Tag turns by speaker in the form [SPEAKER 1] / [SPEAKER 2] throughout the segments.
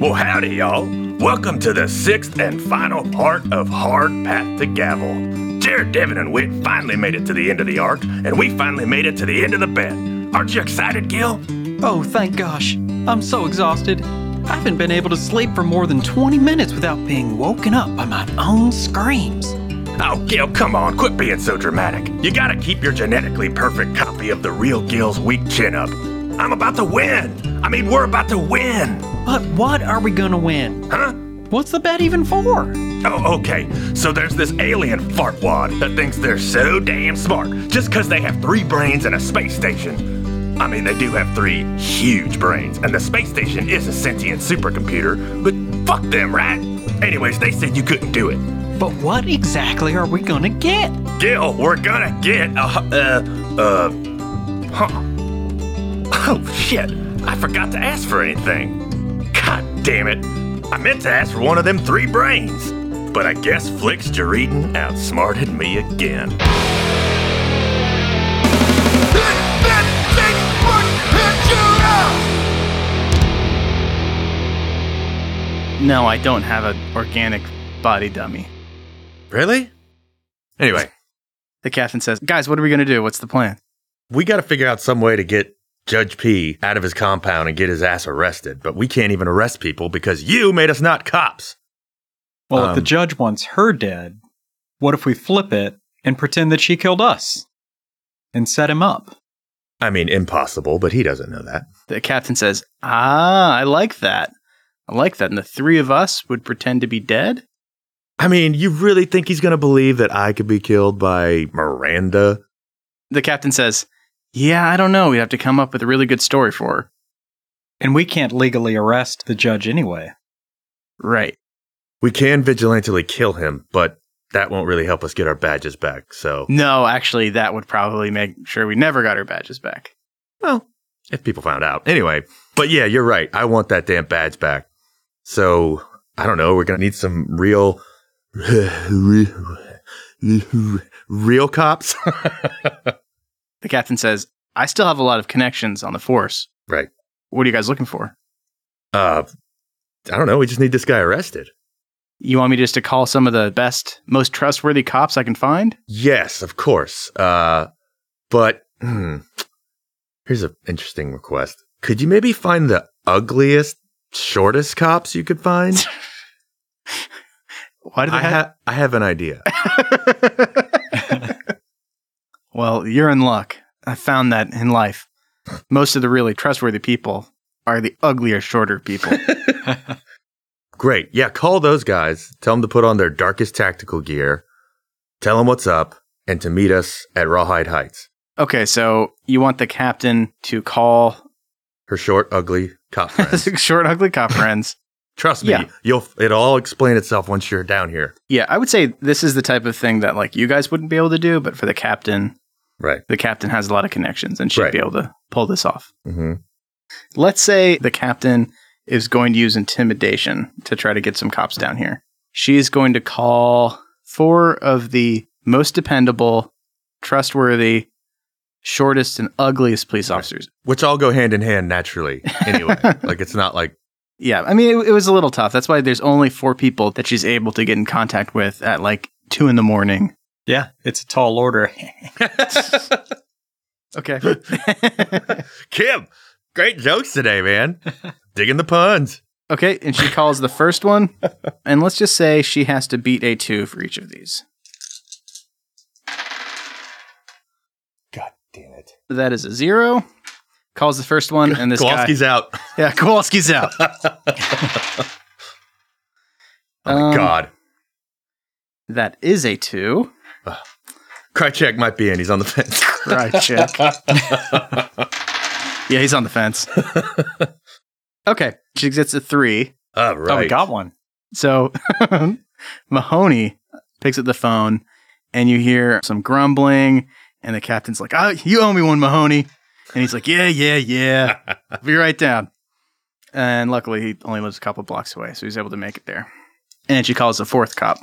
[SPEAKER 1] Well, howdy, y'all. Welcome to the sixth and final part of Hard Path to Gavel. Jared, Devin, and Whit finally made it to the end of the arc, and we finally made it to the end of the bet. Aren't you excited, Gil?
[SPEAKER 2] Oh, thank gosh. I'm so exhausted. I haven't been able to sleep for more than 20 minutes without being woken up by my own screams.
[SPEAKER 1] Oh, Gil, come on, quit being so dramatic. You gotta keep your genetically perfect copy of the real Gil's weak chin up. I'm about to win! I mean, we're about to win!
[SPEAKER 2] But what are we gonna win?
[SPEAKER 1] Huh?
[SPEAKER 2] What's the bet even for?
[SPEAKER 1] Oh, okay. So there's this alien fartwad that thinks they're so damn smart just 'cause they have three brains and a space station. I mean, they do have three huge brains, and the space station is a sentient supercomputer, but fuck them, right? Anyways, they said you couldn't do it.
[SPEAKER 2] But what exactly are we gonna get?
[SPEAKER 1] Gil, we're gonna get a. hu- Uh, uh. Huh. Oh, shit. I forgot to ask for anything. God damn it. I meant to ask for one of them three brains. But I guess Flix Jaredin outsmarted me again.
[SPEAKER 3] No, I don't have an organic body dummy.
[SPEAKER 4] Really? Anyway,
[SPEAKER 3] The captain says, Guys, what are we going to do? What's the plan?
[SPEAKER 4] we got to figure out some way to get Judge P out of his compound and get his ass arrested, but we can't even arrest people because you made us not cops.
[SPEAKER 2] Well, if the
[SPEAKER 4] Um,
[SPEAKER 2] judge wants her dead, what if we flip it and pretend that she killed us and set him up?
[SPEAKER 4] I mean, impossible, but he doesn't know that.
[SPEAKER 3] The captain says, Ah, I like that. I like that. And the three of us would pretend to be dead?
[SPEAKER 4] I mean, you really think he's going to believe that I could be killed by Miranda?
[SPEAKER 3] The captain says, Yeah, I don't know. We'd have to come up with a really good story for her.
[SPEAKER 2] And we can't legally arrest the judge anyway.
[SPEAKER 3] Right.
[SPEAKER 4] We can vigilantly kill him, but that won't really help us get our badges back. So,
[SPEAKER 3] No, actually, that would probably make sure we never got our badges back.
[SPEAKER 4] well, if people found out. Anyway, but yeah, you're right. I want that damn badge back. So, I don't know. We're going to need some real. Real cops?
[SPEAKER 3] The captain says, I still have a lot of connections on the force.
[SPEAKER 4] Right.
[SPEAKER 3] What are you guys looking for?
[SPEAKER 4] uh, I don't know. We just need this guy arrested.
[SPEAKER 3] You want me just to call some of the best, most trustworthy cops I can find?
[SPEAKER 4] Yes, of course. Uh, but hmm, here's an interesting request. Could you maybe find the ugliest, shortest cops you could find?
[SPEAKER 3] Why do they
[SPEAKER 4] I,
[SPEAKER 3] have?
[SPEAKER 4] ha- I have an idea.
[SPEAKER 3] well, you're in luck. I found that in life. Most of the really trustworthy people are the uglier, shorter people.
[SPEAKER 4] Great. Yeah, call those guys. Tell them to put on their darkest tactical gear. Tell them what's up and to meet us at Rawhide Heights.
[SPEAKER 3] okay, so you want the captain to call
[SPEAKER 4] Her short, ugly cop friends.
[SPEAKER 3] short, ugly cop friends.
[SPEAKER 4] Trust me,
[SPEAKER 3] Yeah.
[SPEAKER 4] you'll it'll all explain itself once you're down here.
[SPEAKER 3] Yeah, I would say this is the type of thing that like you guys wouldn't be able to do, but for the captain,
[SPEAKER 4] Right.
[SPEAKER 3] the captain has a lot of connections and should
[SPEAKER 4] Right.
[SPEAKER 3] be able to pull this off.
[SPEAKER 4] hmm
[SPEAKER 3] Let's say the captain is going to use intimidation to try to get some cops down here. She is going to call four of the most dependable, trustworthy, shortest, and ugliest police officers.
[SPEAKER 4] Which all go hand in hand naturally. Anyway, like it's not like
[SPEAKER 3] Yeah, I mean, it, it was a little tough. That's why there's only four people that she's able to get in contact with at like two in the morning.
[SPEAKER 2] Yeah, it's a tall order.
[SPEAKER 3] Okay.
[SPEAKER 4] Kim, great jokes today, man. Digging the puns.
[SPEAKER 3] okay. And she calls the first one. And let's just say she has to beat a two for each of these.
[SPEAKER 4] God damn it.
[SPEAKER 3] That is a zero. Calls the first one, and this guy.
[SPEAKER 4] Kowalski's out.
[SPEAKER 3] Yeah, Kowalski's out.
[SPEAKER 4] Oh my
[SPEAKER 3] Um,
[SPEAKER 4] God.
[SPEAKER 3] That is a two.
[SPEAKER 4] Krychek might be in. He's on the fence.
[SPEAKER 3] Right, check. yeah, he's on the fence. okay, she gets a three.
[SPEAKER 4] All right.
[SPEAKER 2] Oh, we got one.
[SPEAKER 3] So Mahoney picks up the phone, and you hear some grumbling, and the captain's like, "Ah, you owe me one, Mahoney," and he's like, "Yeah, yeah, yeah, I'll be right down." And luckily, he only lives a couple blocks away, so he's able to make it there. And she calls the fourth cop,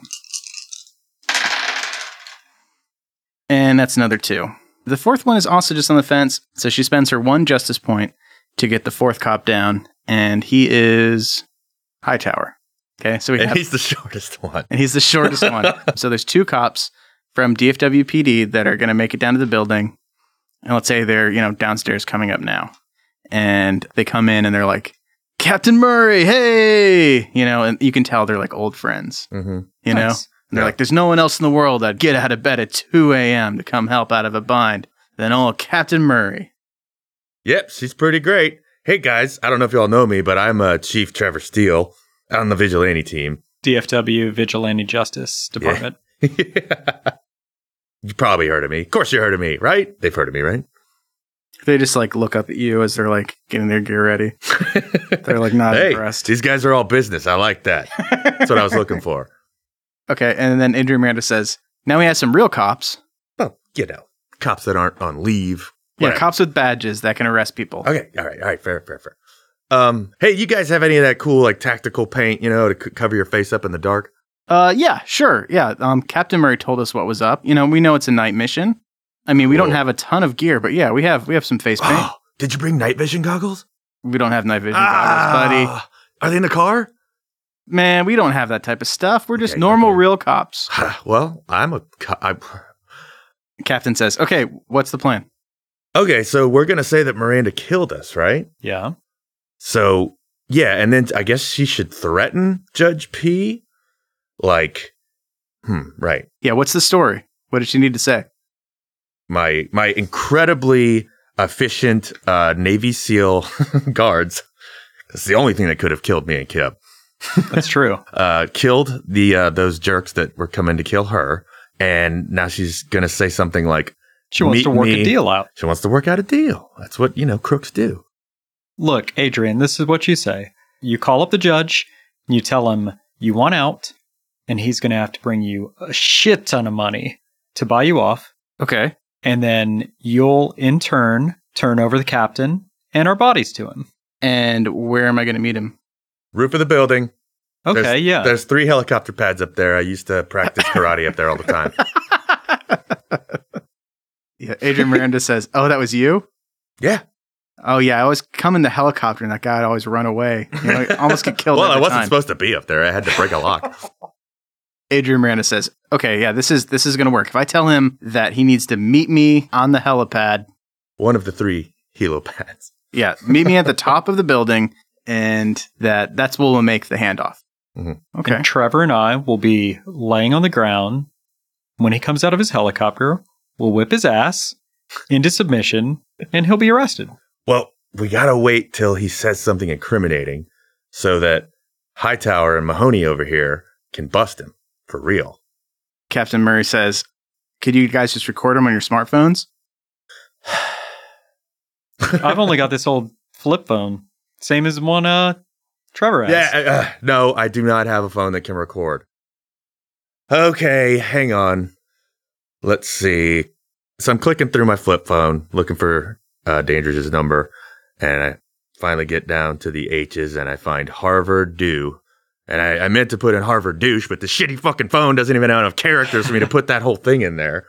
[SPEAKER 3] and that's another two. The fourth one is also just on the fence, so she spends her one justice point to get the fourth cop down, and he is Hightower. Okay, so we
[SPEAKER 4] And
[SPEAKER 3] have,
[SPEAKER 4] he's the shortest one.
[SPEAKER 3] and he's the shortest one. So there's two cops from DFWPD that are going to make it down to the building, and let's say they're you know downstairs coming up now, and they come in and they're like, Captain Murray, hey, you know, and you can tell they're like old friends,
[SPEAKER 4] Mm-hmm.
[SPEAKER 3] you know.
[SPEAKER 5] Nice.
[SPEAKER 3] And they're
[SPEAKER 4] Yeah.
[SPEAKER 3] like, there's no one else in the world I'd get out of bed at 2 a.m. to come help out of a bind than old Captain Murray.
[SPEAKER 4] Yep, she's pretty great. Hey guys, I don't know if y'all know me, but I'm uh, Chief Trevor Steele on the vigilante team.
[SPEAKER 2] DFW Vigilante Justice Department.
[SPEAKER 4] you probably heard of me. Of course, you heard of me, right? They've heard of me, right?
[SPEAKER 3] They just like look up at you as they're like getting their gear ready. They're like not
[SPEAKER 4] hey,
[SPEAKER 3] impressed.
[SPEAKER 4] these guys are all business. I like that. That's what I was looking for.
[SPEAKER 3] Okay, and then Andrew Miranda says, now we have some real cops.
[SPEAKER 4] Well, you know, cops that aren't on leave.
[SPEAKER 3] Yeah,
[SPEAKER 4] Whatever.
[SPEAKER 3] cops with badges that can arrest people.
[SPEAKER 4] Okay, all right, all right, fair, fair, fair. Um, hey, you guys have any of that cool like tactical paint, you know, to c- cover your face up in the dark?
[SPEAKER 3] Uh, yeah, sure. Yeah, um, Captain Murray told us what was up. You know, we know it's a night mission. I mean, we don't
[SPEAKER 4] Cool.
[SPEAKER 3] have a ton of gear, but yeah, we have we have some face paint.
[SPEAKER 4] Oh, did you bring night vision goggles?
[SPEAKER 3] we don't have night vision goggles, buddy.
[SPEAKER 4] Ah, Are they in the car?
[SPEAKER 3] Man, we don't have that type of stuff. We're just
[SPEAKER 4] Okay,
[SPEAKER 3] normal,
[SPEAKER 4] okay.
[SPEAKER 3] real cops.
[SPEAKER 4] well, I'm a. co- I,
[SPEAKER 3] Captain says, "Okay, what's the plan?"
[SPEAKER 4] okay, so we're gonna say that Miranda killed us, right?
[SPEAKER 2] Yeah.
[SPEAKER 4] So yeah, and then I guess she should threaten Judge P. Like, hmm, right.
[SPEAKER 3] Yeah, what's the story? What did she need to say?
[SPEAKER 4] My my incredibly efficient uh, Navy SEAL guards. That's the only thing that could have killed me and Kip.
[SPEAKER 2] That's true.
[SPEAKER 4] Uh, killed the uh, those jerks that were coming to kill her, and now she's gonna say something like
[SPEAKER 2] She wants
[SPEAKER 4] Meet
[SPEAKER 2] to work
[SPEAKER 4] me.
[SPEAKER 2] a deal out.
[SPEAKER 4] she wants to work out a deal. That's what you know crooks do.
[SPEAKER 2] Look, Adrian, this is what you say. You call up the judge, you tell him you want out, and he's going to have to bring you a shit ton of money to buy you off.
[SPEAKER 3] Okay,
[SPEAKER 2] And then you'll, in turn, turn over the captain and our bodies to him.
[SPEAKER 3] and where am I going to meet him?
[SPEAKER 4] Roof of the building.
[SPEAKER 2] Okay,
[SPEAKER 4] There's-
[SPEAKER 2] yeah.
[SPEAKER 4] There's three helicopter pads up there. I used to practice karate up there all the time.
[SPEAKER 3] Yeah, Adrian Miranda says, "Oh, that was you."
[SPEAKER 4] Yeah.
[SPEAKER 3] Oh yeah, I always come in the helicopter, and that guy would always run away. You know, I almost get killed.
[SPEAKER 4] well, I
[SPEAKER 3] every
[SPEAKER 4] wasn't
[SPEAKER 3] time.
[SPEAKER 4] supposed to be up there. I had to break a lock.
[SPEAKER 3] Adrian Miranda says, "Okay, yeah, this is this is going to work. If I tell him that he needs to meet me on the helipad,
[SPEAKER 4] One of the three helopads.
[SPEAKER 3] yeah, meet me at the top of the building, and that that's what will make the handoff."
[SPEAKER 4] Mhm.
[SPEAKER 3] Okay,
[SPEAKER 2] And Trevor and I will be laying on the ground. When he comes out of his helicopter, we'll whip his ass into submission and he'll be arrested.
[SPEAKER 4] Well, we got to wait till he says something incriminating so that Hightower and Mahoney over here can bust him for real.
[SPEAKER 3] Captain Murray says, "Could you guys just record him on your smartphones?"
[SPEAKER 2] I've only got this old flip phone, same as one uh Trevor has.
[SPEAKER 4] Yeah. uh, uh, no, I do not have a phone that can record. Okay, hang on. Let's see. So I'm clicking through my flip phone looking for uh, Dandridge's number, and I finally get down to the H's and I find Harvard Do. And I, I meant to put in Harvard douche, but the shitty fucking phone doesn't even have enough characters for me to put that whole thing in there.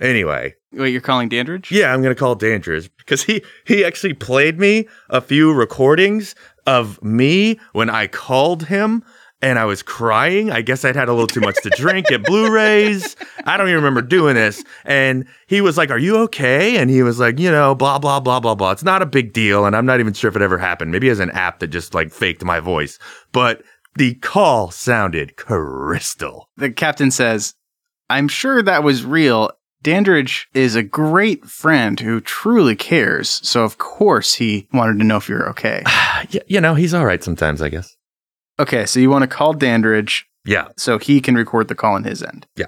[SPEAKER 4] Anyway,
[SPEAKER 3] Wait, you're calling Dandridge?
[SPEAKER 4] yeah, I'm gonna call Dandridge because he he actually played me a few recordings of me when I called him and I was crying. I guess I'd had a little too much to drink at Blu-rays. I don't even remember doing this. And he was like, "Are you okay?" And he was like, "You know, blah blah blah blah blah. It's not a big deal." And I'm not even sure if it ever happened. Maybe he has an app that just like faked my voice, but. The call sounded crystal.
[SPEAKER 3] The captain says, "I'm sure that was real. Dandridge is a great friend who truly cares, so of course he wanted to know if you're okay."
[SPEAKER 4] Y- You know, he's all right sometimes, I guess.
[SPEAKER 3] okay, so you want to call Dandridge
[SPEAKER 4] Yeah,
[SPEAKER 3] so he can record the call on his end.
[SPEAKER 4] Yeah.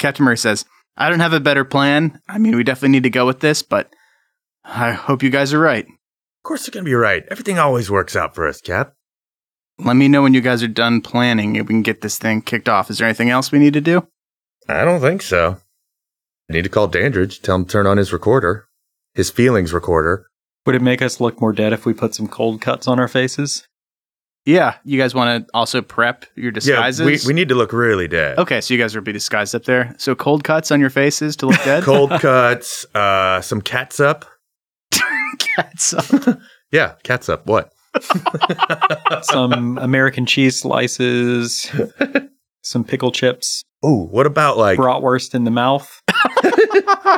[SPEAKER 3] Captain Murray says, "I don't have a better plan. I mean, we definitely need to go with this, but I hope you guys are right.
[SPEAKER 4] Of course, you're going to be right. Everything always works out for us, Cap.
[SPEAKER 3] Let me know when you guys are done planning and we can get this thing kicked off. Is there anything else we need to do?"
[SPEAKER 4] I don't think so. I need to call Dandridge, tell him to turn on his recorder, his feelings recorder.
[SPEAKER 2] Would it make us look more dead if we put some cold cuts on our faces?
[SPEAKER 3] Yeah, you guys want to also prep your disguises.
[SPEAKER 4] Yeah, we, we need to look really dead.
[SPEAKER 3] okay, so you guys will be disguised up there. So cold cuts on your faces to look dead.
[SPEAKER 4] Cold cuts, uh, some cats up.
[SPEAKER 3] cuts.
[SPEAKER 4] Yeah, cats up. What?
[SPEAKER 2] some American cheese slices, some pickle chips,
[SPEAKER 4] Ooh, what about like
[SPEAKER 2] bratwurst in the mouth.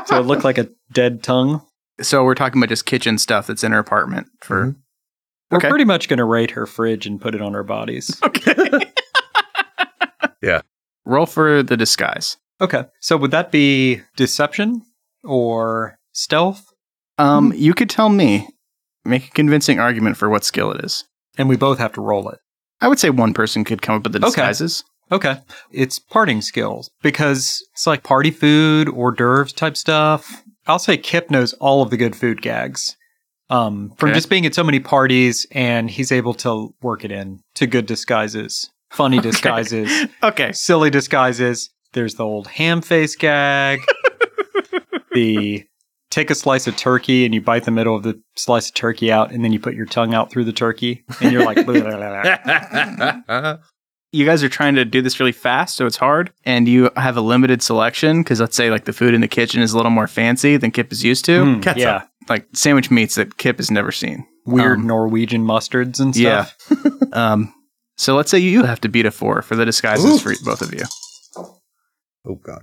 [SPEAKER 2] so it looked like a dead tongue.
[SPEAKER 3] So we're talking about just kitchen stuff that's in her apartment for.
[SPEAKER 2] We're
[SPEAKER 3] Okay.
[SPEAKER 2] pretty much going to raid her fridge and put it on our bodies.
[SPEAKER 3] Okay.
[SPEAKER 4] Yeah.
[SPEAKER 3] Roll for the disguise.
[SPEAKER 2] Okay. So would that be deception or stealth?
[SPEAKER 3] Um, you could tell me. Make a convincing argument for what skill it is.
[SPEAKER 2] And we both have to roll it.
[SPEAKER 3] I would say one person could come up with the
[SPEAKER 2] Okay.
[SPEAKER 3] disguises.
[SPEAKER 2] Okay. It's parting skills because it's like party food, hors d'oeuvres type stuff. I'll say Kip knows all of the good food gags um, from
[SPEAKER 3] Okay.
[SPEAKER 2] just being at so many parties, and he's able to work it in to good disguises, funny disguises,
[SPEAKER 3] Okay.
[SPEAKER 2] silly disguises. There's the old ham face gag, the take a slice of turkey and you bite the middle of the slice of turkey out, and then you put your tongue out through the turkey, and you're like, blah, blah, blah, blah.
[SPEAKER 3] You guys are trying to do this really fast, so it's hard, and you have a limited selection because let's say like the food in the kitchen is a little more fancy than Kip is used to.
[SPEAKER 2] Mm,
[SPEAKER 4] Ketchup.
[SPEAKER 2] yeah,
[SPEAKER 3] Like sandwich meats that Kip has never seen.
[SPEAKER 2] weird
[SPEAKER 3] Um,
[SPEAKER 2] Norwegian mustards and stuff.
[SPEAKER 3] yeah. Um, so let's say you have to beat a four for the disguises for both of you.
[SPEAKER 4] oh god.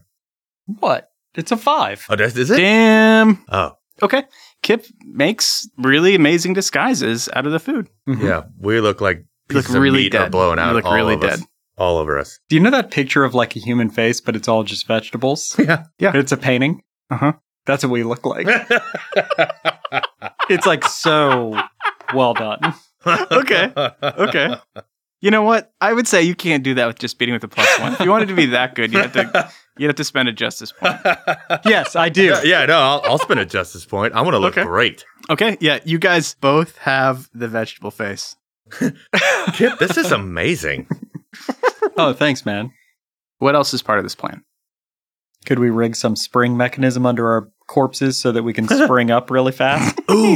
[SPEAKER 2] What? It's a five.
[SPEAKER 4] Oh, that's is it?
[SPEAKER 3] Damn.
[SPEAKER 4] Oh.
[SPEAKER 3] Okay. Kip makes really amazing disguises out of the food.
[SPEAKER 4] Yeah, we look like
[SPEAKER 3] Mm-hmm. You look
[SPEAKER 4] pieces of
[SPEAKER 3] really
[SPEAKER 4] meat are
[SPEAKER 3] dead.
[SPEAKER 4] blown
[SPEAKER 3] You
[SPEAKER 4] out.
[SPEAKER 3] look
[SPEAKER 4] all
[SPEAKER 3] really
[SPEAKER 4] of us.
[SPEAKER 3] dead.
[SPEAKER 4] all over us.
[SPEAKER 2] Do you know that picture of like a human face, but it's all just vegetables?
[SPEAKER 4] Yeah.
[SPEAKER 3] Yeah.
[SPEAKER 2] It's a painting. Uh-huh.
[SPEAKER 3] Uh huh.
[SPEAKER 2] That's what we look like. It's like so well done.
[SPEAKER 3] Okay. Okay. You know what? I would say you can't do that with just beating with a plus one. If you wanted to be that good, you have to you would have to spend a justice point.
[SPEAKER 2] Yes, I do.
[SPEAKER 4] Yeah, yeah, no, I'll, I'll spin a justice point. I want to look
[SPEAKER 3] Okay.
[SPEAKER 4] great.
[SPEAKER 3] Okay. Yeah. You guys both have the vegetable face.
[SPEAKER 4] Kip, this is amazing.
[SPEAKER 2] Oh, thanks, man.
[SPEAKER 3] What else is part of this plan?
[SPEAKER 2] Could we rig some spring mechanism under our corpses so that we can spring up really fast?
[SPEAKER 4] Ooh,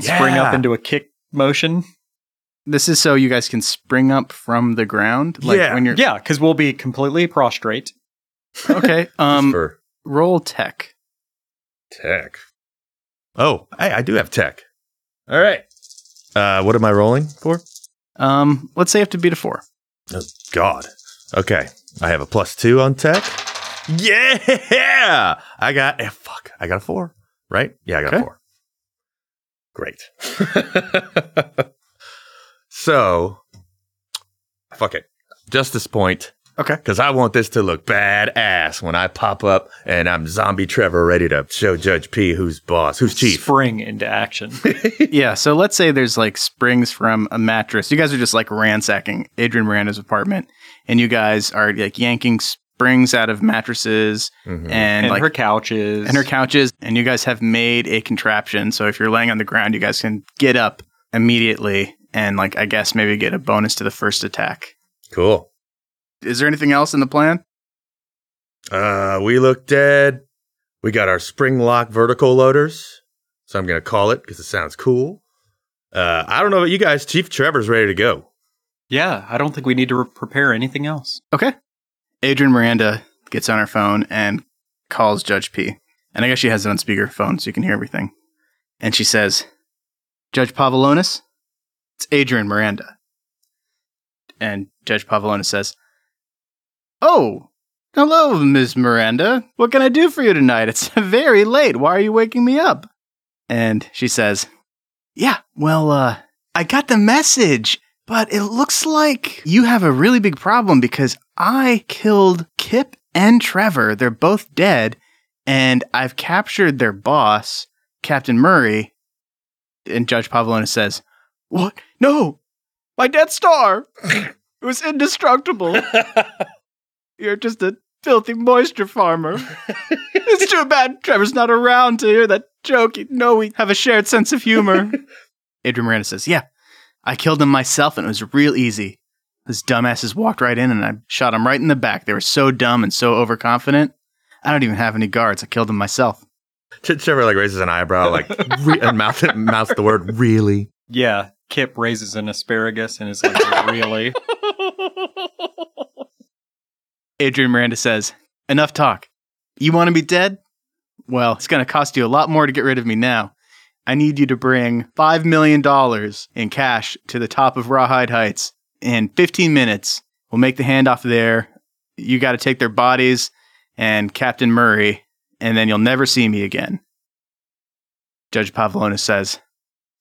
[SPEAKER 2] Spring up into a kick motion?
[SPEAKER 3] This is so you guys can spring up from the ground. Like
[SPEAKER 4] Yeah.
[SPEAKER 3] when you're
[SPEAKER 2] Yeah, because we'll be completely prostrate.
[SPEAKER 3] Okay. Um
[SPEAKER 4] for
[SPEAKER 3] roll tech.
[SPEAKER 4] tech. Oh, hey, I do have tech. All right. Uh, what am I rolling for?
[SPEAKER 3] Um let's say you have to beat a four.
[SPEAKER 4] Oh, God. Okay. I have a plus two on tech. Yeah. I got, eh, fuck, I got a four, right? Yeah, I got a
[SPEAKER 3] Okay.
[SPEAKER 4] four. Great. so, fuck it. Justice point.
[SPEAKER 3] Okay.
[SPEAKER 4] Because I want this to look badass when I pop up and I'm zombie Trevor ready to show Judge P who's boss, who's chief.
[SPEAKER 2] Spring into action.
[SPEAKER 3] Yeah, so let's say there's like springs from a mattress. You guys are just like ransacking Adrian Miranda's apartment, and you guys are like yanking springs out of mattresses
[SPEAKER 4] Mhm.
[SPEAKER 3] and,
[SPEAKER 2] And
[SPEAKER 3] like
[SPEAKER 2] her couches.
[SPEAKER 3] and her couches, and you guys have made a contraption. So if you're laying on the ground, you guys can get up immediately and like I guess maybe get a bonus to the first attack.
[SPEAKER 4] Cool.
[SPEAKER 3] Is there anything else in the plan?
[SPEAKER 4] Uh, we look dead. We got our spring lock vertical loaders. So I'm going to call it because it sounds cool. Uh, I don't know about you guys. Chief Trevor's ready to go.
[SPEAKER 2] yeah, I don't think we need to re- prepare anything else.
[SPEAKER 3] Adrian Miranda gets on her phone and calls Judge P. And I guess she has it on speakerphone so you can hear everything. And she says, Judge Pavlonis, it's Adrian Miranda. And Judge Pavlonis says, Oh, hello, Miss Miranda. What can I do for you tonight? It's very late. Why are you waking me up? And she says, Yeah, well, uh, I got the message, but it looks like you have a really big problem because I killed Kip and Trevor. They're both dead, and I've captured their boss, Captain Murray. And Judge Pavlona says, What? No! My Death Star! it was indestructible. You're just a filthy moisture farmer. it's too bad Trevor's not around to hear that joke. You know we have a shared sense of humor. Adrian Miranda says, Yeah, I killed him myself and it was real easy. Those dumbasses walked right in and I shot them right in the back. They were so dumb and so overconfident. I don't even have any guards. I killed them myself.
[SPEAKER 4] Ch- Trevor like raises an eyebrow, like re- and mouth mouths the word really.
[SPEAKER 2] Yeah, Kip raises an asparagus and is like, really?
[SPEAKER 3] Adrian Miranda says, Enough talk. You want to be dead? Well, it's going to cost you a lot more to get rid of me now. I need you to bring $5 million in cash to the top of Rawhide Heights in 15 minutes. We'll make the handoff there. You got to take their bodies and Captain Murray, and then you'll never see me again. Judge Pavlonis says,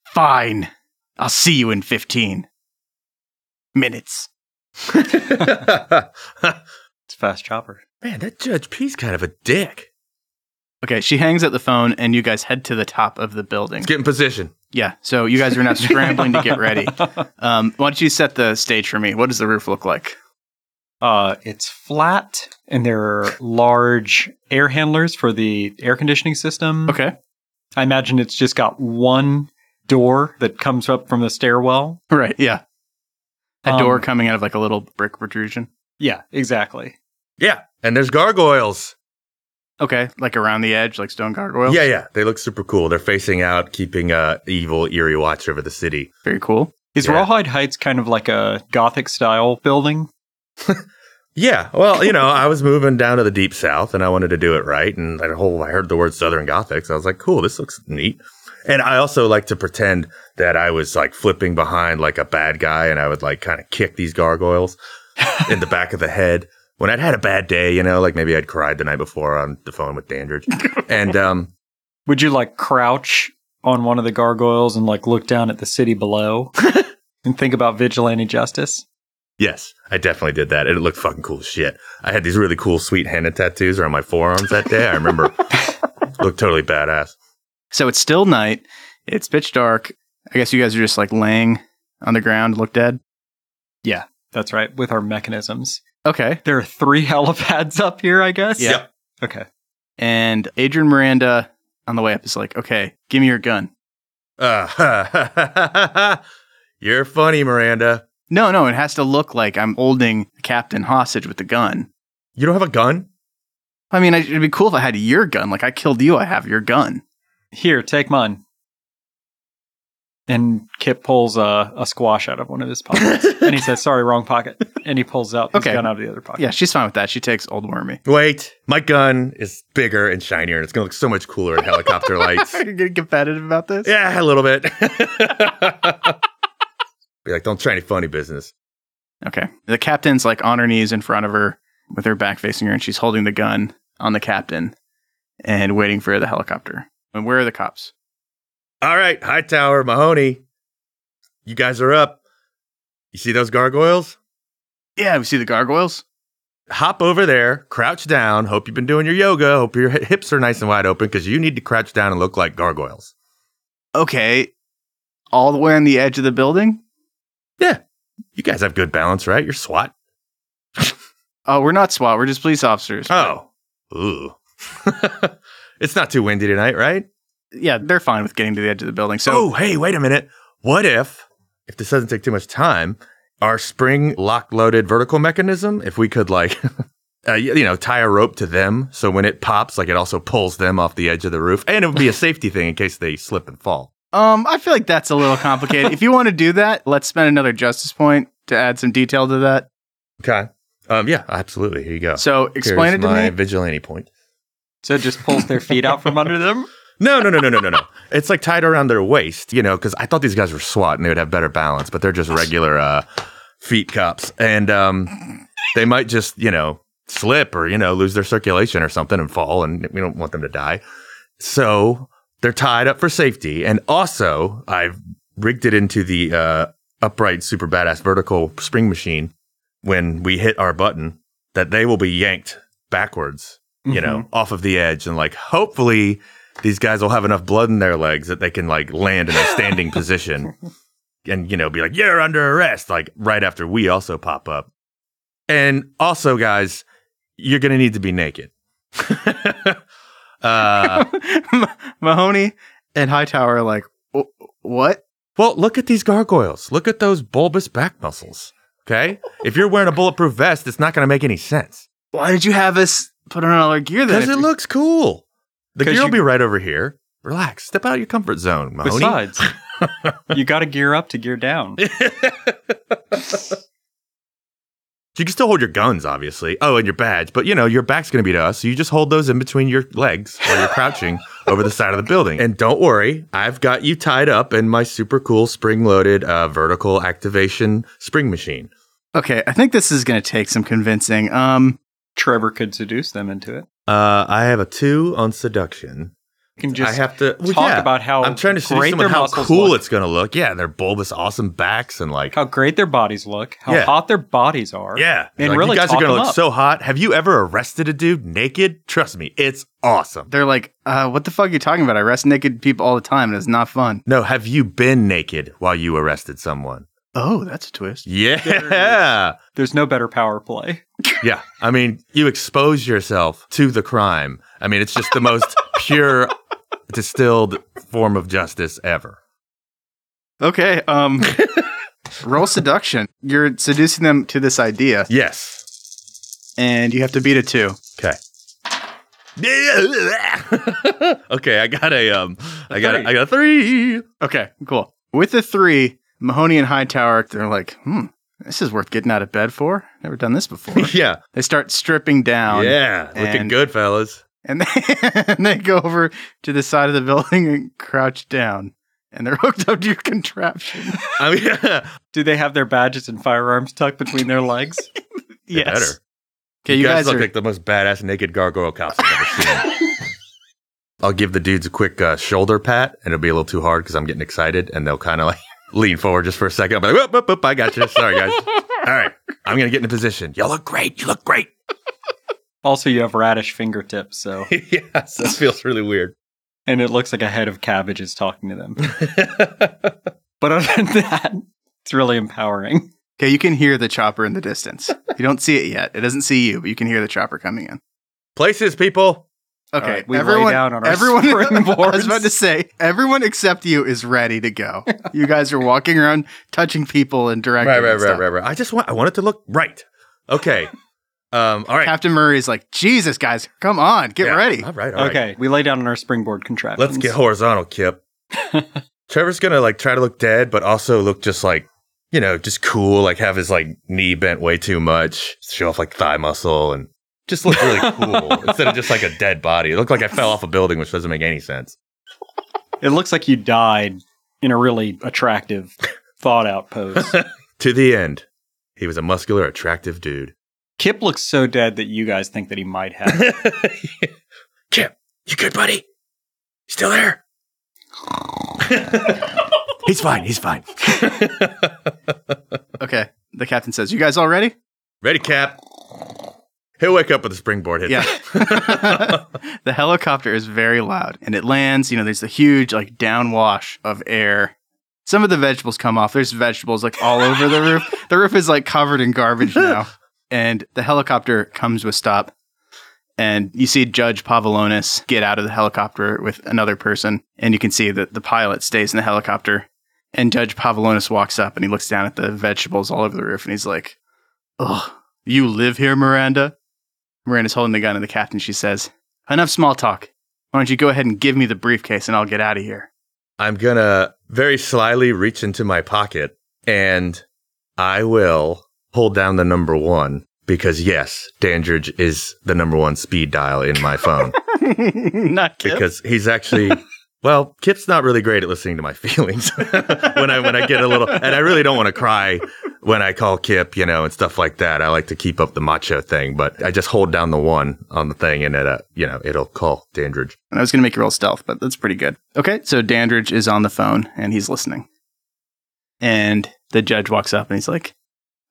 [SPEAKER 3] Fine. I'll see you in 15 minutes.
[SPEAKER 2] It's Fast Chopper.
[SPEAKER 4] Man, that Judge P's kind of a dick.
[SPEAKER 3] Okay, she hangs up the phone, and you guys head to the top of the building.
[SPEAKER 4] Let's get in position.
[SPEAKER 3] Yeah, so you guys are now scrambling to get ready. Um, why don't you set the stage for me? What does the roof look like?
[SPEAKER 2] Uh, it's flat, and there are large air handlers for the air conditioning system.
[SPEAKER 3] Okay,
[SPEAKER 2] I imagine it's just got one door that comes up from the stairwell.
[SPEAKER 3] right, yeah. A
[SPEAKER 2] Um,
[SPEAKER 3] door coming out of like a little brick protrusion.
[SPEAKER 2] Yeah, exactly.
[SPEAKER 4] Yeah, and there's gargoyles.
[SPEAKER 3] Okay, like around the edge, like stone gargoyle.
[SPEAKER 4] Yeah, yeah, they look super cool. They're facing out, keeping uh, evil, eerie watch over the city.
[SPEAKER 3] very cool.
[SPEAKER 2] Is
[SPEAKER 4] Yeah.
[SPEAKER 2] Rawhide Heights kind of like a Gothic style building?
[SPEAKER 4] Yeah, well, you know, I was moving down to the deep south, and I wanted to do it right. And that whole, I heard the word Southern Gothic, so I was like, cool, this looks neat. And I also like to pretend that I was like flipping behind like a bad guy, and I would like kind of kick these gargoyles in the back of the head when I'd had a bad day. You know, like maybe I'd cried the night before on the phone with Dandridge, and um,
[SPEAKER 2] Would you like crouch on one of the gargoyles and like look down at the city below and think about vigilante justice?
[SPEAKER 4] Yes, I definitely did that. And it looked fucking cool as shit. I had these really cool sweet henna tattoos around my forearms that day. I remember looked totally badass.
[SPEAKER 3] So it's still night. It's pitch dark. I guess you guys are just like laying on the ground, look dead.
[SPEAKER 2] That's right, with our mechanisms.
[SPEAKER 3] Okay.
[SPEAKER 2] There are three helipads up here, I guess.
[SPEAKER 3] Yeah.
[SPEAKER 4] Yep.
[SPEAKER 2] Okay.
[SPEAKER 3] And Adrian Miranda on the way up is like, okay, give me your gun.
[SPEAKER 4] Uh, you're funny, Miranda.
[SPEAKER 3] No, no, it has to look like I'm holding the captain hostage with the gun.
[SPEAKER 4] You don't have a gun?
[SPEAKER 3] I mean, I- it'd be cool if I had your gun. Like, I killed you, I have your gun.
[SPEAKER 2] Here, take mine. And Kip pulls a, a squash out of one of his pockets. and he says, sorry, wrong pocket. And he pulls out his
[SPEAKER 3] Okay.
[SPEAKER 2] gun out of the other pocket.
[SPEAKER 3] Yeah, she's fine with that. She takes Old Wormy.
[SPEAKER 4] Wait, my gun is bigger and shinier, and it's going to look so much cooler in helicopter lights.
[SPEAKER 3] Are you getting competitive about this?
[SPEAKER 4] Yeah, a little bit. Be like, don't try any funny business.
[SPEAKER 3] Okay. The captain's like on her knees in front of her with her back facing her, and she's holding the gun on the captain and waiting for the helicopter. And where are the cops?
[SPEAKER 4] All right, Hightower, Mahoney, you guys are up. You see those gargoyles?
[SPEAKER 3] Yeah, we see the gargoyles.
[SPEAKER 4] hop over there, crouch down. Hope you've been doing your yoga. Hope your hi- hips are nice and wide open because you need to crouch down and look like gargoyles.
[SPEAKER 3] Okay. All the way on the edge of the building?
[SPEAKER 4] You guys have good balance, right? You're SWAT.
[SPEAKER 3] Oh, we're not SWAT. We're just police officers.
[SPEAKER 4] Oh, ooh. it's not too windy tonight, right?
[SPEAKER 3] Yeah, they're fine with getting to the edge of the building. So
[SPEAKER 4] So, oh, hey, wait a minute. What if, if this doesn't take too much time, our spring lock loaded vertical mechanism, if we could like, uh, y- you know, tie a rope to them so when it pops, like it also pulls them off the edge of the roof. And it would be a safety thing in case they slip and fall.
[SPEAKER 3] Um, I feel like that's a little complicated. if you want to do that, let's spend another justice point to add some detail to that.
[SPEAKER 4] Okay. Um, yeah, absolutely. Here you go.
[SPEAKER 3] So explain it
[SPEAKER 4] Here's
[SPEAKER 3] to
[SPEAKER 4] my
[SPEAKER 3] me.
[SPEAKER 4] vigilante point.
[SPEAKER 2] So it just pulls their feet out from under them.
[SPEAKER 4] No, no, no, no, no, no, no. It's like tied around their waist, you know, because I thought these guys were SWAT and they would have better balance, but they're just regular uh, feet cops, and um, they might just, you know, slip or you know lose their circulation or something and fall, and we don't want them to die. So they're tied up for safety, and also I've rigged it into the uh, upright, super badass vertical spring machine. When we hit our button, that they will be yanked backwards you
[SPEAKER 2] Mm-hmm.
[SPEAKER 4] know, off of the edge. And like, hopefully, these guys will have enough blood in their legs that they can like land in a standing position and, you know, be like, you're under arrest, like right after we also pop up. And also, guys, you're going to need to be naked. uh,
[SPEAKER 3] Mahoney and Hightower are like, "Wh- what?
[SPEAKER 4] well, look at these gargoyles. Look at those bulbous back muscles. Okay. If you're wearing a bulletproof vest, it's not going to make any sense
[SPEAKER 3] Why did you have us put on all our gear then?
[SPEAKER 4] because it
[SPEAKER 3] if-
[SPEAKER 4] looks cool. The
[SPEAKER 2] 'Cause
[SPEAKER 4] gear will
[SPEAKER 2] you-
[SPEAKER 4] be right over here. Relax. Step out of your comfort zone, Mahoney.
[SPEAKER 2] Besides, you got to gear up to gear down.
[SPEAKER 4] You can still hold your guns, obviously. Oh, and your badge, but you know your back's gonna be to us. So you just hold those in between your legs while you're crouching over the side of the building. And don't worry, I've got you tied up in my super cool spring-loaded uh, vertical activation spring machine.
[SPEAKER 3] Okay, I think this is going to take some convincing. Um,
[SPEAKER 2] Trevor could seduce them into it.
[SPEAKER 4] Uh, I have a two on seduction.
[SPEAKER 2] You can just
[SPEAKER 4] I have to well,
[SPEAKER 2] talk
[SPEAKER 4] yeah.
[SPEAKER 2] about how
[SPEAKER 4] I'm trying to see
[SPEAKER 2] great
[SPEAKER 4] someone
[SPEAKER 2] their
[SPEAKER 4] how
[SPEAKER 2] muscles
[SPEAKER 4] cool
[SPEAKER 2] look,
[SPEAKER 4] it's gonna look. Yeah, their bulbous, awesome backs and like,
[SPEAKER 2] how great their bodies look, how
[SPEAKER 4] Yeah.
[SPEAKER 2] hot their bodies are.
[SPEAKER 4] yeah,
[SPEAKER 2] And
[SPEAKER 4] like,
[SPEAKER 2] really
[SPEAKER 4] you guys
[SPEAKER 2] talk
[SPEAKER 4] are gonna
[SPEAKER 2] them
[SPEAKER 4] look
[SPEAKER 2] up.
[SPEAKER 4] so hot. Have you ever arrested a dude naked? Trust me, it's awesome.
[SPEAKER 3] they're like, uh, "What the fuck are you talking about? I arrest naked people all the time, and it's not fun."
[SPEAKER 4] No, have you been naked while you arrested someone?
[SPEAKER 3] Oh, that's a twist.
[SPEAKER 4] Yeah,
[SPEAKER 2] There's no better power play.
[SPEAKER 4] yeah. I mean, you expose yourself to the crime. I mean, it's just the most pure, distilled form of justice ever.
[SPEAKER 3] Okay, um, roll seduction. You're seducing them to this idea,
[SPEAKER 4] Yes.
[SPEAKER 3] and you have to beat a two.
[SPEAKER 4] Okay. okay, I got a um, I got a, I got a three.
[SPEAKER 3] Okay, cool. With the three, Mahoney and Hightower, they're like, "Hmm, this is worth getting out of bed for. Never done this before."
[SPEAKER 4] yeah,
[SPEAKER 3] they start stripping down.
[SPEAKER 4] yeah, looking
[SPEAKER 3] and-
[SPEAKER 4] good, fellas.
[SPEAKER 3] and they, and they go over to the side of the building and crouch down and they're hooked up to your contraption
[SPEAKER 4] I mean, yeah,
[SPEAKER 2] Do they have their badges and firearms tucked between their legs?
[SPEAKER 4] better.
[SPEAKER 3] okay you, guys,
[SPEAKER 4] look
[SPEAKER 3] are
[SPEAKER 4] like the most badass naked gargoyle cops I've ever seen. I'll give the dudes a quick uh, shoulder pat, and it'll be a little too hard because I'm getting excited, and they'll kind of like lean forward just for a second. I'll be like, whoop, whoop, whoop, I got you. Sorry, guys. All right, I'm gonna get in a position. Y'all look great. You look great.
[SPEAKER 2] Also, you have radish fingertips, so
[SPEAKER 4] yes, that feels really weird.
[SPEAKER 2] and it looks like a head of cabbages talking to them. But other than that, it's really empowering.
[SPEAKER 3] okay you can hear the chopper in the distance you don't see it yet it doesn't see you but you can hear the chopper coming in
[SPEAKER 4] Places, people.
[SPEAKER 3] okay
[SPEAKER 2] right, we lay down on our
[SPEAKER 3] everyone i
[SPEAKER 2] springboards.
[SPEAKER 3] was about to say everyone except you is ready to go you guys are walking around touching people and directing
[SPEAKER 4] Right, right,
[SPEAKER 3] and
[SPEAKER 4] right,
[SPEAKER 3] stuff.
[SPEAKER 4] right, right. I just want I want it to look right. Okay. Um. All right.
[SPEAKER 3] captain murray's like jesus guys come on get
[SPEAKER 4] Yeah.
[SPEAKER 3] ready
[SPEAKER 4] All right. all right.
[SPEAKER 2] okay, we lay down on our springboard contraptions.
[SPEAKER 4] Let's get horizontal, Kip. Trevor's gonna like try to look dead, but also look just like you know, just cool. Like have his like knee bent way too much, show off like thigh muscle, and just look really cool instead of just like a dead body. It looked like I fell off a building, which doesn't make any sense.
[SPEAKER 2] It looks like you died in a really attractive, thought out pose.
[SPEAKER 4] To the end, he was a muscular, attractive dude.
[SPEAKER 2] Kip looks so dead that you guys think that he might have.
[SPEAKER 4] Kip, you good, buddy? You Still there? he's fine. He's fine.
[SPEAKER 3] okay the captain says you guys all ready
[SPEAKER 4] Ready, Cap? He'll wake up with a springboard hit.
[SPEAKER 3] Yeah. the helicopter is very loud and it lands. You know, there's a huge, like, downwash of air. Some of the vegetables come off. There's vegetables, like, all over the roof. The roof is, like, covered in garbage now. And the helicopter comes to a stop. And you see Judge Pavlonis get out of the helicopter with another person. And you can see that the pilot stays in the helicopter. And Judge Pavlonis walks up and he looks down at the vegetables all over the roof and he's like, Ugh, you live here, Miranda? Miranda's holding the gun to the captain. She says, Enough small talk. Why don't you go ahead and give me the briefcase and I'll get out of here?
[SPEAKER 4] I'm going to very slyly reach into my pocket and I will hold down the number one because, yes, Dandridge is the number one speed dial in my phone
[SPEAKER 3] Not Kip.
[SPEAKER 4] because he's actually. Well, Kip's not really great at listening to my feelings when I when I get a little, and I really don't want to cry when I call Kip, you know, and stuff like that. I like to keep up the macho thing, but I just hold down the one on the thing, and it, uh, you know, it'll call Dandridge.
[SPEAKER 3] And I was going to make you roll stealth, but that's pretty good. Okay, so Dandridge is on the phone and he's listening. And the judge walks up and he's like,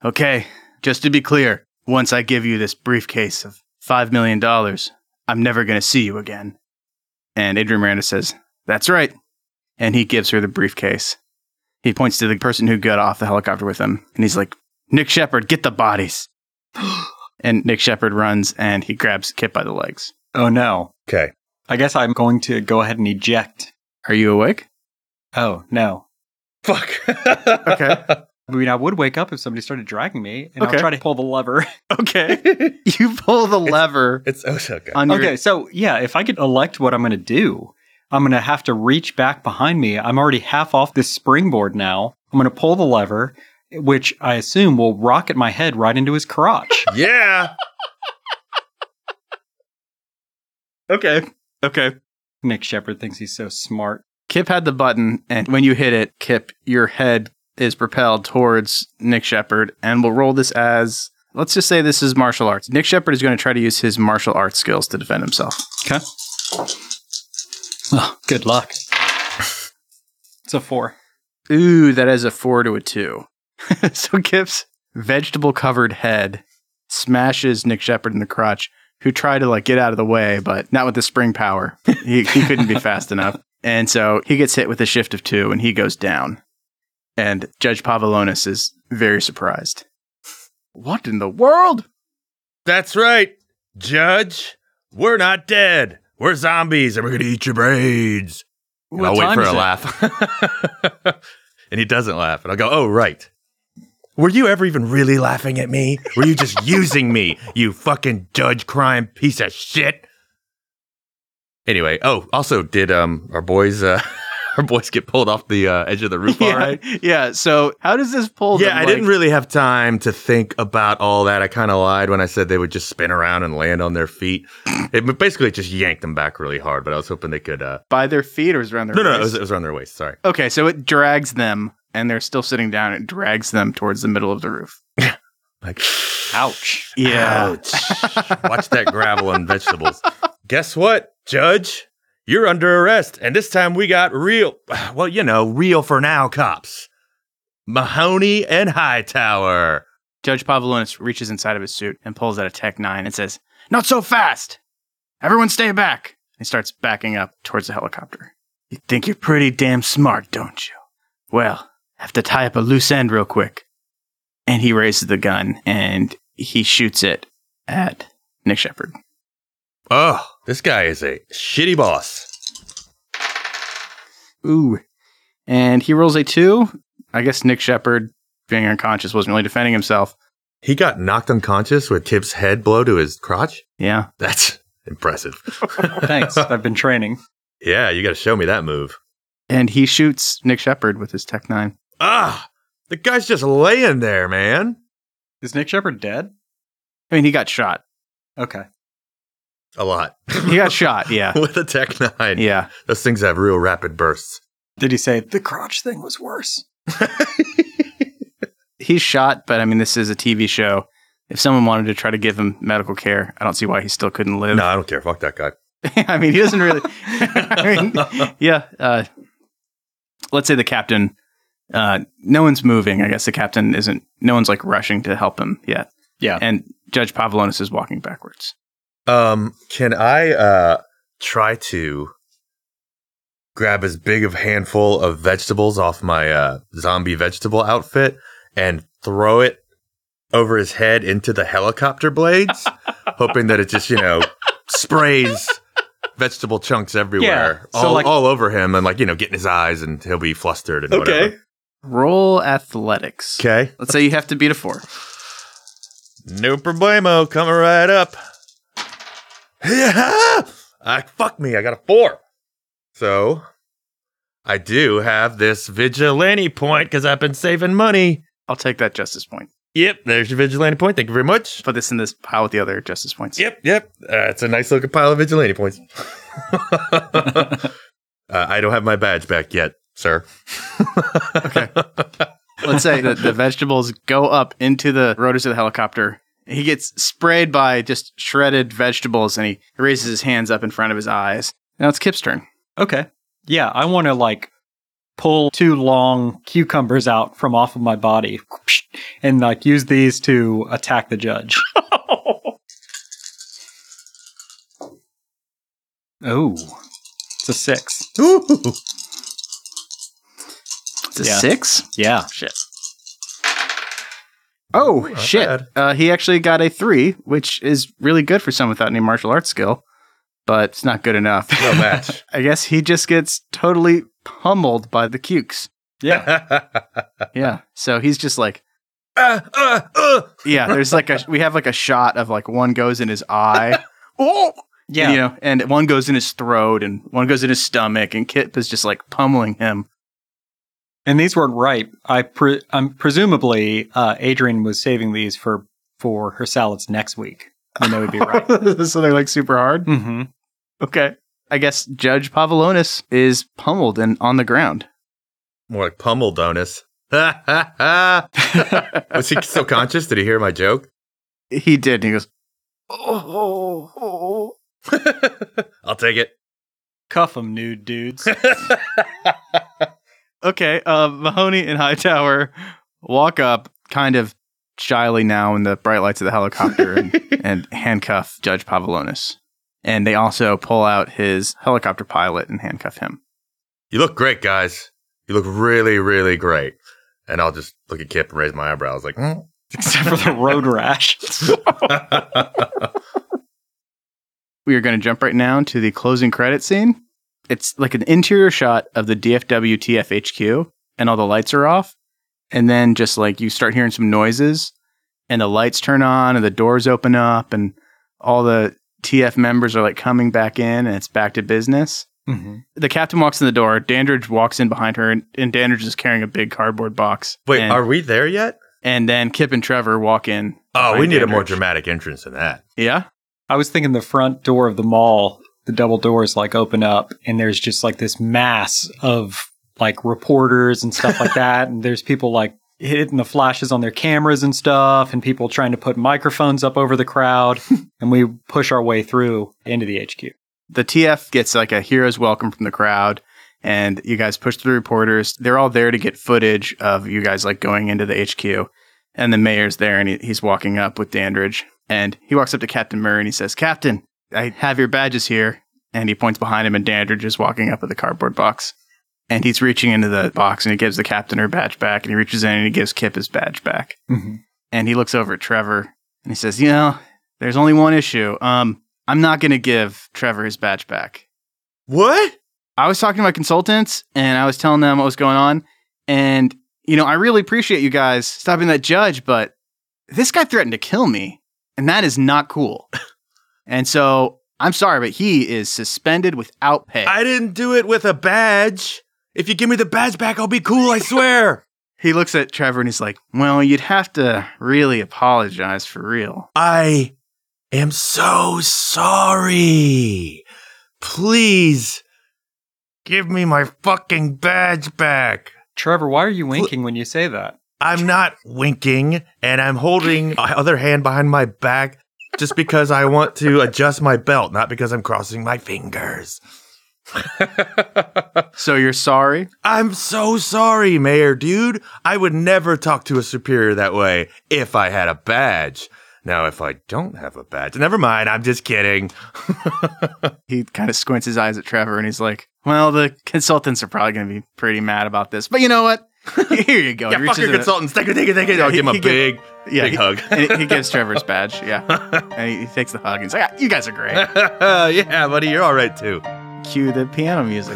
[SPEAKER 3] Okay, just to be clear, once I give you this briefcase of $5 million, I'm never going to see you again. And Adrian Miranda says, That's right. And he gives her the briefcase. He points to the person who got off the helicopter with him and he's like, Nick Shepard, get the bodies. and Nick Shepard runs and he grabs Kip by the legs.
[SPEAKER 2] oh no.
[SPEAKER 4] Okay.
[SPEAKER 2] I guess I'm going to go ahead and eject.
[SPEAKER 3] Are you awake?
[SPEAKER 2] Oh no.
[SPEAKER 4] Fuck.
[SPEAKER 3] Okay.
[SPEAKER 2] I mean, I would wake up if somebody started dragging me, and
[SPEAKER 3] Okay.
[SPEAKER 2] I'll try to pull the lever.
[SPEAKER 3] Okay. you pull the lever
[SPEAKER 4] It's oh, Osaka.
[SPEAKER 3] on your.
[SPEAKER 2] okay, so yeah, if I could elect what I'm going to do, I'm going to have to reach back behind me. I'm already half off this springboard now. I'm going to pull the lever, which I assume will rocket my head right into his crotch.
[SPEAKER 4] Yeah.
[SPEAKER 3] Okay. Okay.
[SPEAKER 2] Nick Shepard thinks he's so smart.
[SPEAKER 3] Kip had the button, and when you hit it, Kip, your head is propelled towards Nick Shepard, and we'll roll this as let's just say this is martial arts. Nick Shepard is going to try to use his martial arts skills to defend himself.
[SPEAKER 2] Okay. Oh, good luck. It's a four.
[SPEAKER 3] Ooh, that is a four to a two. so Kip's vegetable covered head smashes Nick Shepard in the crotch, who tried to like get out of the way, but not with the spring power. He, he couldn't be fast enough. And so he gets hit with a shift of two and he goes down. And Judge Pavilonis is very surprised. What in the world?
[SPEAKER 4] That's right. Judge, we're not dead. We're zombies and we're going to eat your brains. And
[SPEAKER 2] What
[SPEAKER 4] I'll wait
[SPEAKER 2] time
[SPEAKER 4] for
[SPEAKER 2] is
[SPEAKER 4] a
[SPEAKER 2] it?
[SPEAKER 4] laugh. and he doesn't laugh. And I'll go, oh, right. Were you ever even really laughing at me? Were you just using me, you fucking judge crime piece of shit? Anyway, oh, also, did um our boys uh our boys get pulled off the uh, edge of the roof? All
[SPEAKER 3] yeah,
[SPEAKER 4] right.
[SPEAKER 3] yeah. So how does this pull?
[SPEAKER 4] Yeah,
[SPEAKER 3] them,
[SPEAKER 4] I
[SPEAKER 3] like-
[SPEAKER 4] didn't really have time to think about all that. I kind of lied when I said they would just spin around and land on their feet. It basically just yanked them back really hard, but I was hoping they could. Uh,
[SPEAKER 3] by their feet or is it around their
[SPEAKER 4] no, no, it
[SPEAKER 3] waist?
[SPEAKER 4] was, it was around their waist. Sorry.
[SPEAKER 3] Okay, so it drags them, and they're still sitting down. It drags them towards the middle of the roof.
[SPEAKER 4] Like,
[SPEAKER 2] Ouch.
[SPEAKER 4] ouch. Watch that gravel and vegetables. Guess what, Judge? You're under arrest, and this time we got real. Well, you know, real for now, cops. Mahoney and Hightower.
[SPEAKER 3] Judge Pavlonis reaches inside of his suit and pulls out a Tech 9 and says, Not so fast! Everyone stay back! And starts backing up towards the helicopter. You think you're pretty damn smart, don't you? Well, have to tie up a loose end real quick. And he raises the gun and he shoots it at Nick Shepard.
[SPEAKER 4] Oh, this guy is a shitty boss.
[SPEAKER 3] Ooh. And he rolls a two. I guess Nick Shepard, being unconscious, wasn't really defending himself.
[SPEAKER 4] He got knocked unconscious with Tip's head blow to his crotch?
[SPEAKER 3] Yeah.
[SPEAKER 4] That's impressive.
[SPEAKER 2] Thanks. I've been training.
[SPEAKER 4] Yeah, you got to show me that move.
[SPEAKER 3] And he shoots Nick Shepard with his Tech 9.
[SPEAKER 4] Ah, the guy's just laying there, man.
[SPEAKER 2] Is Nick Shepard dead?
[SPEAKER 3] I mean, he got shot.
[SPEAKER 2] Okay.
[SPEAKER 4] A lot.
[SPEAKER 3] He got shot, yeah.
[SPEAKER 4] With a Tech 9.
[SPEAKER 3] Yeah.
[SPEAKER 4] Those things have real rapid bursts.
[SPEAKER 2] Did he say the crotch thing was worse?
[SPEAKER 3] He's shot, but I mean, this is a TV show. If someone wanted to try to give him medical care, I don't see why he still couldn't live.
[SPEAKER 4] No, I don't care. Fuck that guy.
[SPEAKER 3] I mean, he doesn't really. I mean, yeah. Uh, let's say the captain, uh, no one's moving. I guess the captain isn't, no one's like rushing to help him yet.
[SPEAKER 2] Yeah.
[SPEAKER 3] And Judge Pavlonis is walking backwards.
[SPEAKER 4] Um, can I uh try to grab as big of handful of vegetables off my uh zombie vegetable outfit and throw it over his head into the helicopter blades, hoping that it just, you know, sprays vegetable chunks everywhere
[SPEAKER 2] Yeah, so
[SPEAKER 4] all,
[SPEAKER 2] like-
[SPEAKER 4] all over him and like, you know, get in his eyes and he'll be flustered and whatever.
[SPEAKER 3] Roll athletics.
[SPEAKER 4] Okay.
[SPEAKER 3] Let's say you have to beat a four.
[SPEAKER 4] No problemo, coming right up. Yeah! I fuck me, I got a four. So I do have this vigilante point because I've been saving money.
[SPEAKER 3] I'll take that justice point.
[SPEAKER 4] Yep, there's your vigilante point. Thank you very much.
[SPEAKER 3] Put this in this pile with the other justice points.
[SPEAKER 4] Yep, yep. Uh, it's a nice looking pile of vigilante points. uh, I don't have my badge back yet, sir.
[SPEAKER 3] Okay. Let's say that the vegetables go up into the rotors of the helicopter. He gets sprayed by just shredded vegetables and he raises his hands up in front of his eyes. Now it's Kip's turn.
[SPEAKER 2] Okay. Yeah, I want to like pull two long cucumbers out from off of my body and like use these to attack the judge. oh, it's a six.
[SPEAKER 4] Ooh.
[SPEAKER 3] It's a
[SPEAKER 2] Yeah.
[SPEAKER 3] six?
[SPEAKER 2] Yeah.
[SPEAKER 3] Shit. Oh,
[SPEAKER 4] Not
[SPEAKER 3] shit.
[SPEAKER 4] bad.
[SPEAKER 3] Uh, he actually got a three, which is really good for someone without any martial arts skill, but it's not good enough.
[SPEAKER 4] No match.
[SPEAKER 3] I guess he just gets totally pummeled by the cukes.
[SPEAKER 2] Yeah.
[SPEAKER 3] Yeah. So he's just like,
[SPEAKER 4] Uh, uh, uh.
[SPEAKER 3] Yeah, there's like a we have like a shot of like one goes in his eye. oh,
[SPEAKER 2] Yeah.
[SPEAKER 3] You know, and one goes in his throat and one goes in his stomach and Kip is just like pummeling him.
[SPEAKER 2] And these weren't ripe. I pre- um, presumably uh, Adrian was saving these for for her salads next week when they would be ripe.
[SPEAKER 3] so they're like super hard.
[SPEAKER 2] hmm
[SPEAKER 3] Okay. I guess Judge Pavlonis is pummeled and on the ground.
[SPEAKER 4] More like pummel donus. Was he still conscious? Did he hear my joke?
[SPEAKER 3] He did. And he goes,
[SPEAKER 4] Oh. I'll take it.
[SPEAKER 2] Cuff them, nude dudes.
[SPEAKER 3] okay, uh, Mahoney and Hightower walk up kind of shyly now in the bright lights of the helicopter and, and handcuff Judge Pavlonis. And they also pull out his helicopter pilot and handcuff him.
[SPEAKER 4] You look great, guys. You look really, really great. And I'll just look at Kip and raise my eyebrows like, "Mm."
[SPEAKER 2] Except for the road rash.
[SPEAKER 3] We are going to jump right now to the closing credit scene. It's like an interior shot of the DFW TFHQ, and all the lights are off. And then just like you start hearing some noises, and the lights turn on, and the doors open up, and all the TF members are like coming back in, and it's back to business.
[SPEAKER 2] hmm
[SPEAKER 3] The captain walks in the door. Dandridge walks in behind her, and, and Dandridge is carrying a big cardboard box.
[SPEAKER 4] Wait,
[SPEAKER 3] and,
[SPEAKER 4] are we there yet?
[SPEAKER 3] and then Kip and Trevor walk in.
[SPEAKER 4] Oh, we
[SPEAKER 3] behind
[SPEAKER 4] need a more
[SPEAKER 3] Dandridge.
[SPEAKER 4] dramatic entrance than that.
[SPEAKER 3] Yeah,
[SPEAKER 2] I was thinking the front door of the mall, the double doors like open up, and there's just like this mass of like reporters and stuff like that. And there's people like hitting the flashes on their cameras and stuff, and people trying to put microphones up over the crowd. and we push our way through into the HQ.
[SPEAKER 3] the TF gets like a hero's welcome from the crowd, and you guys push through the reporters. They're all there to get footage of you guys like going into the HQ, and the mayor's there, and he, he's walking up with Dandridge, and he walks up to Captain Murray and he says, "Captain, I have your badges here," and he points behind him, and Dandridge is walking up with the cardboard box. And he's reaching into the box and he gives the captain her badge back. And he reaches in and he gives Kip his badge back.
[SPEAKER 2] hmm
[SPEAKER 3] and he looks over at Trevor and he says, "You know, there's only one issue. Um, I'm not going to give Trevor his badge back.
[SPEAKER 4] What?
[SPEAKER 3] I was talking to my consultants and I was telling them what was going on, and you know, I really appreciate you guys stopping that judge, but this guy threatened to kill me, and that is not cool. and so I'm sorry, but he is suspended without pay.
[SPEAKER 4] I didn't do it with a badge. If you give me the badge back, I'll be cool, I swear.
[SPEAKER 3] he looks at Trevor and he's like, "Well, you'd have to really apologize for real."
[SPEAKER 4] I am so sorry. Please give me my fucking badge back.
[SPEAKER 2] Trevor, why are you winking when you say that?
[SPEAKER 4] I'm not winking and I'm holding my other hand behind my back just because I want to adjust my belt, not because I'm crossing my fingers.
[SPEAKER 3] So you're sorry?
[SPEAKER 4] I'm so sorry, Mayor, dude. I would never talk to a superior that way if I had a badge. Now, if I don't have a badge, never mind. I'm just kidding.
[SPEAKER 3] he kind of squints his eyes at Trevor and he's like, "Well, the consultants are probably going to be pretty mad about this, but you know what? Here you go."
[SPEAKER 4] Yeah,
[SPEAKER 3] He
[SPEAKER 4] fuck
[SPEAKER 3] reaches
[SPEAKER 4] your
[SPEAKER 3] in a-
[SPEAKER 4] consultants. Take it, take it, take it.
[SPEAKER 3] Yeah,
[SPEAKER 4] I'll give him
[SPEAKER 3] he
[SPEAKER 4] a
[SPEAKER 3] give-
[SPEAKER 4] big,
[SPEAKER 3] yeah,
[SPEAKER 4] big
[SPEAKER 3] he,
[SPEAKER 4] hug.
[SPEAKER 3] and he gives Trevor his badge. Yeah, and he, he takes the hug and he's like, "Ah, "You guys are great."
[SPEAKER 4] yeah, buddy, you're all right too.
[SPEAKER 3] Cue the piano music.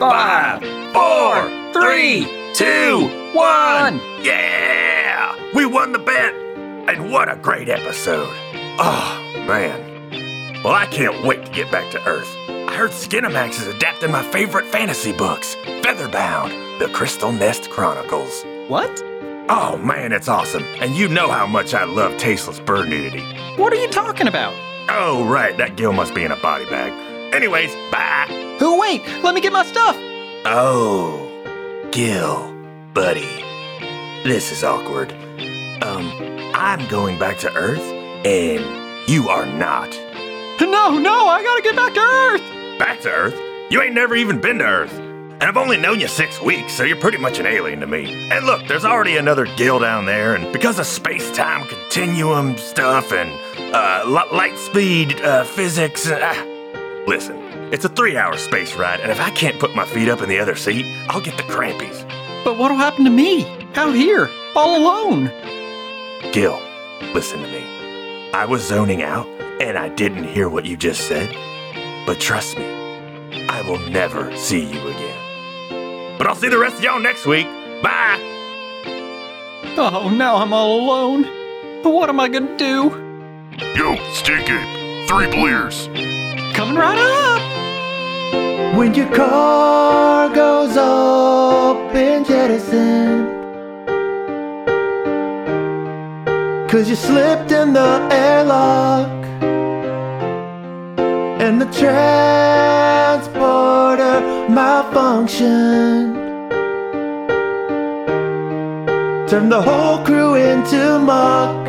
[SPEAKER 1] Five, four, three, two, one. Yeah! We won the bet! And what a great episode! Oh, man. Well, I can't wait to get back to Earth. I heard Skinamax is adapting my favorite fantasy books Featherbound, The Crystal Nest Chronicles.
[SPEAKER 2] What?
[SPEAKER 1] Oh, man, it's awesome. And you know how much I love tasteless bird nudity.
[SPEAKER 2] What are you talking about?
[SPEAKER 1] Oh, right, that gill must be in a body bag. Anyways, bye!
[SPEAKER 2] Who? Wait, let me get my stuff.
[SPEAKER 1] Oh, Gil, buddy, this is awkward. Um, I'm going back to Earth, and you are not.
[SPEAKER 2] No, no, I gotta get back to Earth.
[SPEAKER 1] Back to Earth? You ain't never even been to Earth. And I've only known you six weeks, so you're pretty much an alien to me. And look, there's already another Gil down there, and because of space time continuum stuff and uh, li- light speed uh, physics, uh, listen, it's a three hour space ride, and if I can't put my feet up in the other seat, I'll get the crampies.
[SPEAKER 2] But what'll happen to me out here, all alone?
[SPEAKER 1] Gil, listen to me. I was zoning out and I didn't hear what you just said, but trust me, I will never see you again. But I'll see the rest of y'all next week. Bye!
[SPEAKER 2] Oh, now I'm all alone. But what am I gonna do?
[SPEAKER 5] Yo, Stink Ape, three bleers.
[SPEAKER 2] Coming right up!
[SPEAKER 5] When your car goes up in jettison Cause you slipped in the airlock And the transporter malfunctioned Turned the whole crew into muck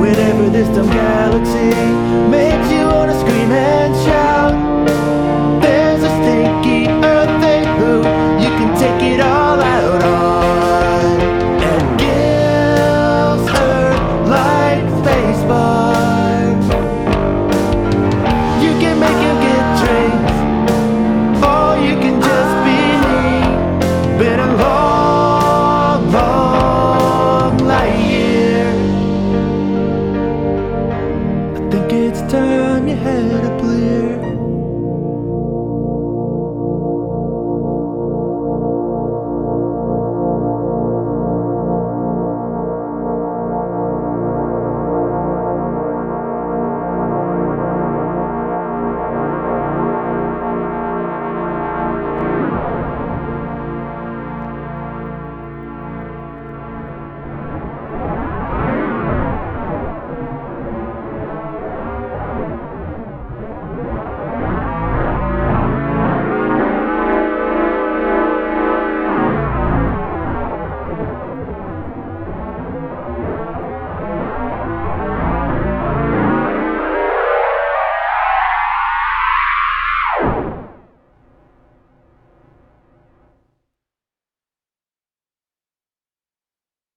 [SPEAKER 5] Whenever this dumb galaxy makes you wanna scream and